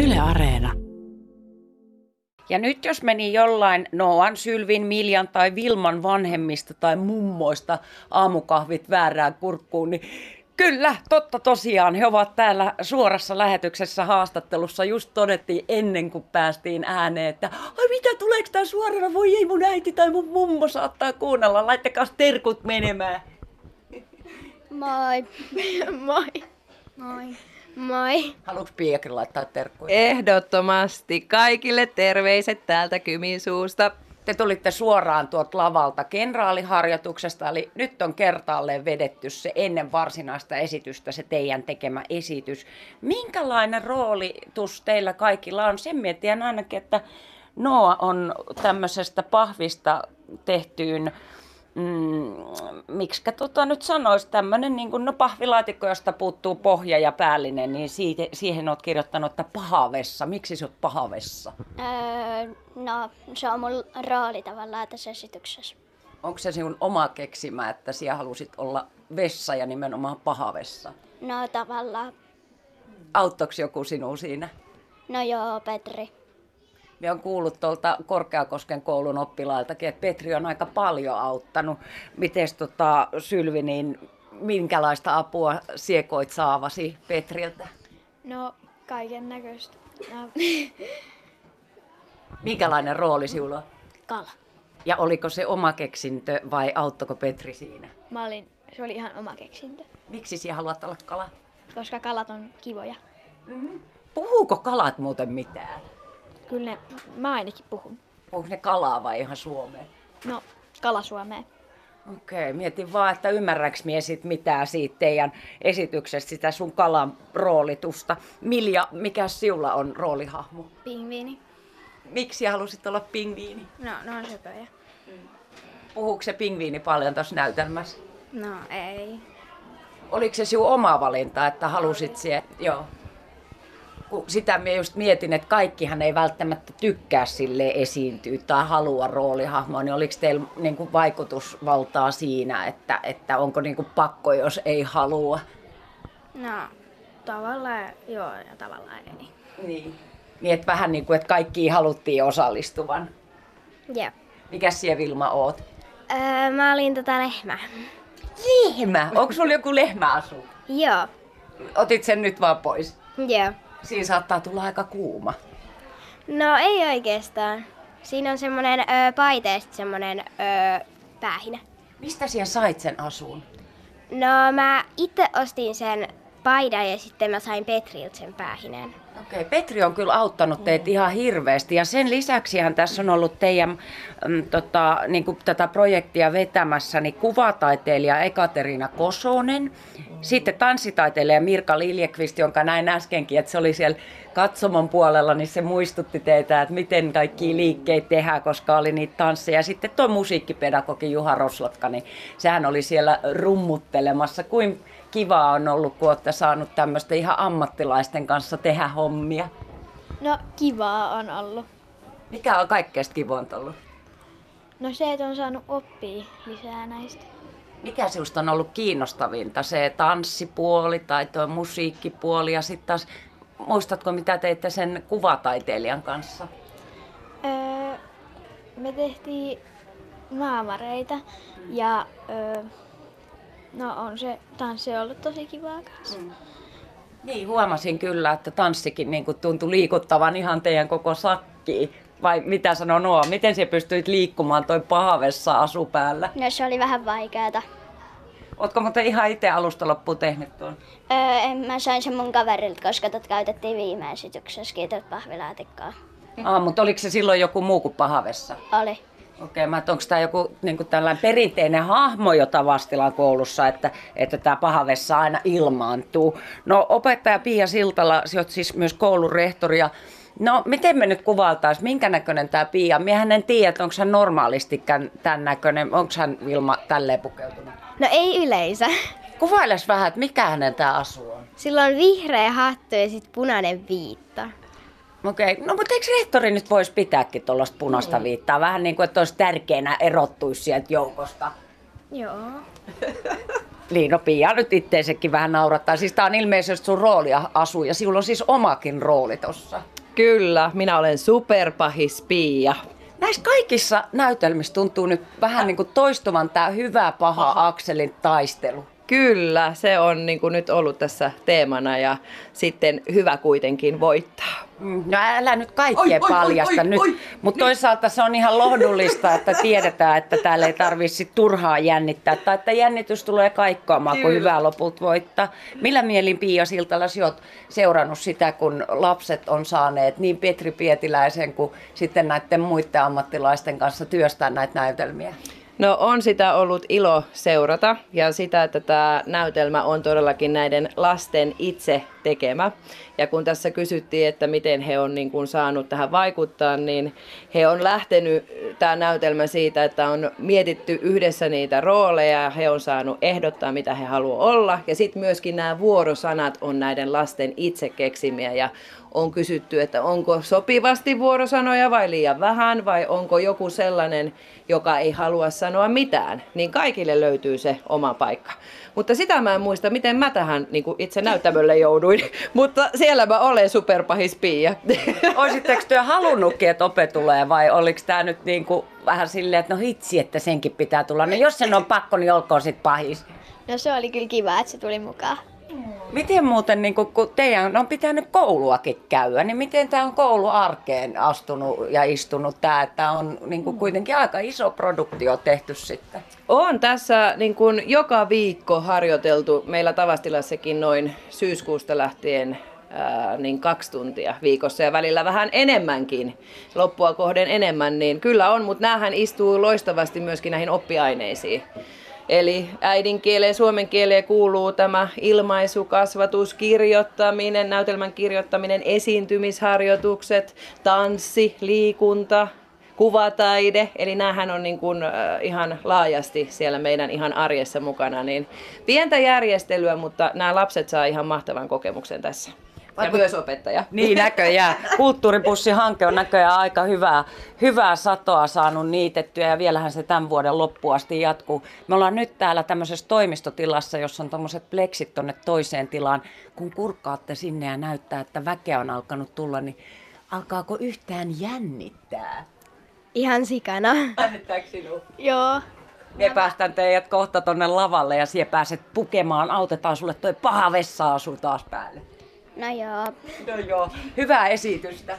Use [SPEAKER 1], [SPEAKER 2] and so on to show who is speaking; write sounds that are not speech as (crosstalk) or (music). [SPEAKER 1] Yle Areena.
[SPEAKER 2] Ja nyt jos meni jollain Noan, Sylvin, Miljan tai Vilman vanhemmista tai mummoista aamukahvit väärään kurkkuun, niin kyllä, totta tosiaan. He ovat täällä suorassa lähetyksessä haastattelussa. Just todettiin ennen kuin päästiin ääneen, että ai mitä tuleeko tää suorana? Voi ei mun äiti tai mun mummo saattaa kuunnella. Laittakaa terkut menemään.
[SPEAKER 3] (laughs)
[SPEAKER 4] Moi. Moi. Moi. Moi.
[SPEAKER 2] Haluatko Piekri laittaa terkkuja?
[SPEAKER 5] Ehdottomasti. Kaikille terveiset täältä Kymin suusta.
[SPEAKER 2] Te tulitte suoraan tuolta lavalta kenraaliharjoituksesta, eli nyt on kertaalleen vedetty se ennen varsinaista esitystä, se teidän tekemä esitys. Minkälainen roolitus teillä kaikilla on? Sen mietin ainakin, että Noa on tämmöisestä pahvista tehtyyn mm, miksikä tota nyt sanoisi, tämmöinen niin kuin, no pahvilaatikko, josta puuttuu pohja ja päällinen, niin siitä, siihen oot kirjoittanut, että pahavessa. Miksi se oot pahavessa?
[SPEAKER 4] Öö, no, se on mun rooli tavallaan tässä esityksessä.
[SPEAKER 2] Onko se sinun oma keksimä, että siellä halusit olla vessa ja nimenomaan pahavessa?
[SPEAKER 4] No tavallaan.
[SPEAKER 2] Auttoiko joku sinua siinä?
[SPEAKER 4] No joo, Petri.
[SPEAKER 2] Me on kuullut tuolta Korkeakosken koulun oppilailtakin, että Petri on aika paljon auttanut. Miten tota, Sylvi, niin minkälaista apua siekoit saavasi Petriltä?
[SPEAKER 3] No, kaiken näköistä. No,
[SPEAKER 2] Minkälainen rooli sinulla on?
[SPEAKER 4] Kala.
[SPEAKER 2] Ja oliko se oma keksintö vai auttoko Petri siinä?
[SPEAKER 3] mä olin, se oli ihan oma keksintö,
[SPEAKER 2] Miksi sinä haluat olla kala? Mm-hmm.
[SPEAKER 3] koska kalat on kivoja.
[SPEAKER 2] Puhuuko kalat muuten mitään?
[SPEAKER 3] Kyllä
[SPEAKER 4] niin,
[SPEAKER 3] ne, mä ainakin puhun.
[SPEAKER 2] Onko ne kalaa vai ihan suomea?
[SPEAKER 3] No, kalasuomeen.
[SPEAKER 2] Okei, mietin vaan, että ymmärräks mie sit mitään siitä teidän esityksestä, sitä sun kalan roolitusta. Milja, mikä siulla on roolihahmo?
[SPEAKER 4] Pingviini.
[SPEAKER 2] Miksi sä halusit olla pingviini?
[SPEAKER 4] No, ne on söpöjä.
[SPEAKER 2] Puhuuko se pingviini paljon tuossa näytelmässä?
[SPEAKER 4] No, ei.
[SPEAKER 2] Oliko se sinun oma valinta, että halusit siihen? Joo. Kun sitä minä just mietin, että kaikkihan ei välttämättä tykkää sille esiintyä tai halua roolihahmoa, niin oliko teillä niin kuin vaikutusvaltaa siinä, että, että onko niin kuin pakko, jos ei halua?
[SPEAKER 4] No, tavallaan joo ja tavallaan ei.
[SPEAKER 2] Niin. Niin, että vähän niin kuin, että kaikki haluttiin osallistuvan.
[SPEAKER 4] Jep.
[SPEAKER 2] Mikäs siellä Vilma oot?
[SPEAKER 4] Öö, mä olin tota lehmää.
[SPEAKER 2] Lehmä. Onko sulla joku lehmäasu?
[SPEAKER 4] Joo.
[SPEAKER 2] Otit sen nyt vaan pois.
[SPEAKER 4] Joo.
[SPEAKER 2] Siinä saattaa tulla aika kuuma.
[SPEAKER 4] No ei oikeastaan. Siinä on semmonen öö, paita ja sit semmonen öö, päähinä.
[SPEAKER 2] Mistä siellä sait sen asun?
[SPEAKER 4] No mä itse ostin sen paidan ja sitten mä sain Petriltä sen päähinän.
[SPEAKER 2] Okei, Petri on kyllä auttanut teitä ihan hirveästi ja sen lisäksihän tässä on ollut teidän mm, tota, niin kuin tätä projektia vetämässä niin kuvataiteilija Ekaterina Kosonen, sitten tanssitaiteilija Mirka Liljekvist, jonka näin äskenkin, että se oli siellä katsomon puolella, niin se muistutti teitä, että miten kaikki liikkeet tehdään, koska oli niitä tansseja. Ja sitten tuo musiikkipedagogi Juha Roslatka, niin sehän oli siellä rummuttelemassa. Kuin kivaa on ollut, kun olette saanut tämmöistä ihan ammattilaisten kanssa tehdä hommia.
[SPEAKER 3] No, kivaa on ollut.
[SPEAKER 2] Mikä on kaikkein kivointa ollut?
[SPEAKER 3] No se, että on saanut oppia lisää näistä.
[SPEAKER 2] Mikä sinusta on ollut kiinnostavinta? Se tanssipuoli tai tuo musiikkipuoli ja sitten taas, muistatko mitä teitte sen kuvataiteilijan kanssa?
[SPEAKER 3] Öö, me tehtiin naamareita ja öö, no on se tanssi ollut tosi kivaa kanssa.
[SPEAKER 4] Mm.
[SPEAKER 2] Niin, huomasin kyllä, että tanssikin niin kuin tuntui liikuttavan ihan teidän koko sakkiin. Vai mitä sanoo Noa? Miten se pystyit liikkumaan toi pahavessa asu päällä?
[SPEAKER 4] No se oli vähän vaikeeta.
[SPEAKER 2] Ootko muuten ihan itse alusta loppuun tehnyt tuon?
[SPEAKER 4] Öö, en, mä sain sen mun kaverilta, koska tot käytettiin viime esityksessä. Kiitos pahvilaatikkoa.
[SPEAKER 2] Aa, mutta oliko se silloin joku muu kuin pahavessa?
[SPEAKER 4] Oli.
[SPEAKER 2] Okei, mä onko tämä joku niin kuin tällainen perinteinen hahmo, jota vastilaan koulussa, että että tämä pahavessa aina ilmaantuu. No opettaja Pia Siltala, sä oot siis myös koulun rehtori ja No, miten me nyt kuvaltaisiin, minkä näköinen tämä Pia? Miehän en tiedä, että onko hän normaalisti tämän näköinen, onko hän Vilma tälleen pukeutunut.
[SPEAKER 4] No ei yleensä. (laughs)
[SPEAKER 2] Kuvailes vähän, että mikä hänen tämä asu on.
[SPEAKER 4] Sillä on vihreä hattu ja sitten punainen viitta.
[SPEAKER 2] Okei, no mutta eikö rehtori nyt voisi pitääkin tuollaista punaista viittaa? Vähän niin kuin, että olisi tärkeänä erottuisi sieltä joukosta.
[SPEAKER 4] Joo.
[SPEAKER 2] Liino Niin, no Pia nyt itteensäkin vähän naurattaa. Siis tää on ilmeisesti sun rooli asu ja sinulla on siis omakin rooli tossa.
[SPEAKER 5] Kyllä, minä olen superpahis Pia.
[SPEAKER 2] Näissä kaikissa näytelmissä tuntuu nyt vähän niin kuin toistuvan tämä hyvä paha akselin taistelu.
[SPEAKER 5] Kyllä, se on niin kuin nyt ollut tässä teemana ja sitten hyvä kuitenkin voittaa.
[SPEAKER 2] Mm, No älä nyt kaikkea paljasta nyt, mutta toisaalta se on ihan lohdullista, että tiedetään, että täällä ei tarvitse turhaa jännittää tai että jännitys tulee kaikkoamaan, kun hyvää loput voittaa. Millä mielin Pia Siltala, sinä olet seurannut sitä, kun lapset on saaneet niin Petri Pietiläisen kuin sitten näiden muiden ammattilaisten kanssa työstää näitä näytelmiä?
[SPEAKER 5] No on sitä ollut ilo seurata ja sitä, että tämä näytelmä on todellakin näiden lasten itse tekemä. Ja kun tässä kysyttiin, että miten he on niin kuin saanut tähän vaikuttaa, niin he on lähtenyt tämä näytelmä siitä, että on mietitty yhdessä niitä rooleja ja he on saanut ehdottaa, mitä he haluaa olla. Ja sitten myöskin nämä vuorosanat on näiden lasten itse keksimiä ja on kysytty, että onko sopivasti vuorosanoja vai liian vähän vai onko joku sellainen, joka ei halua sanoa mitään, niin kaikille löytyy se oma paikka. Mutta sitä mä en muista, miten mä tähän niin kuin itse näyttämölle jouduin, (laughs) mutta siellä mä olen superpahis Pia. (laughs)
[SPEAKER 2] Olisitteko työ halunnutkin, että ope tulee vai oliko tämä nyt niin kuin vähän silleen, että no hitsi, että senkin pitää tulla. No jos sen on pakko, niin olkoon sitten pahis.
[SPEAKER 3] No se oli kyllä kiva, että se tuli mukaan.
[SPEAKER 2] Miten muuten, niin kun, kun teidän on pitänyt kouluakin käydä, niin miten tämä on kouluarkeen astunut ja istunut tämä, että on niin kun, kuitenkin aika iso produktio tehty sitten?
[SPEAKER 5] On tässä niin kuin joka viikko harjoiteltu, meillä Tavastilassakin noin syyskuusta lähtien ää, niin kaksi tuntia viikossa ja välillä vähän enemmänkin, loppua kohden enemmän, niin kyllä on, mutta näähän istuu loistavasti myöskin näihin oppiaineisiin. Eli äidinkieleen, suomen kieleen kuuluu tämä ilmaisu, kasvatus, kirjoittaminen, näytelmän kirjoittaminen, esiintymisharjoitukset, tanssi, liikunta, kuvataide, eli näähän on niin kuin, äh, ihan laajasti siellä meidän ihan arjessa mukana, niin pientä järjestelyä, mutta nämä lapset saa ihan mahtavan kokemuksen tässä. Ja myös opettaja.
[SPEAKER 2] Niin näköjään. Kulttuuripussihanke on näköjään aika hyvää, hyvää satoa saanut niitettyä ja vielähän se tämän vuoden loppuun asti jatkuu. Me ollaan nyt täällä tämmöisessä toimistotilassa, jossa on tuommoiset pleksit tonne toiseen tilaan. Kun kurkkaatte sinne ja näyttää, että väkeä on alkanut tulla, niin alkaako yhtään jännittää?
[SPEAKER 4] Ihan sikana.
[SPEAKER 2] Jännittääkö sinua?
[SPEAKER 3] Joo.
[SPEAKER 2] Me päästään teidät kohta tonne lavalle ja siellä pääset pukemaan. Autetaan sulle toi paha vessa asuu taas päälle.
[SPEAKER 4] No joo.
[SPEAKER 2] No joo, hyvää esitystä.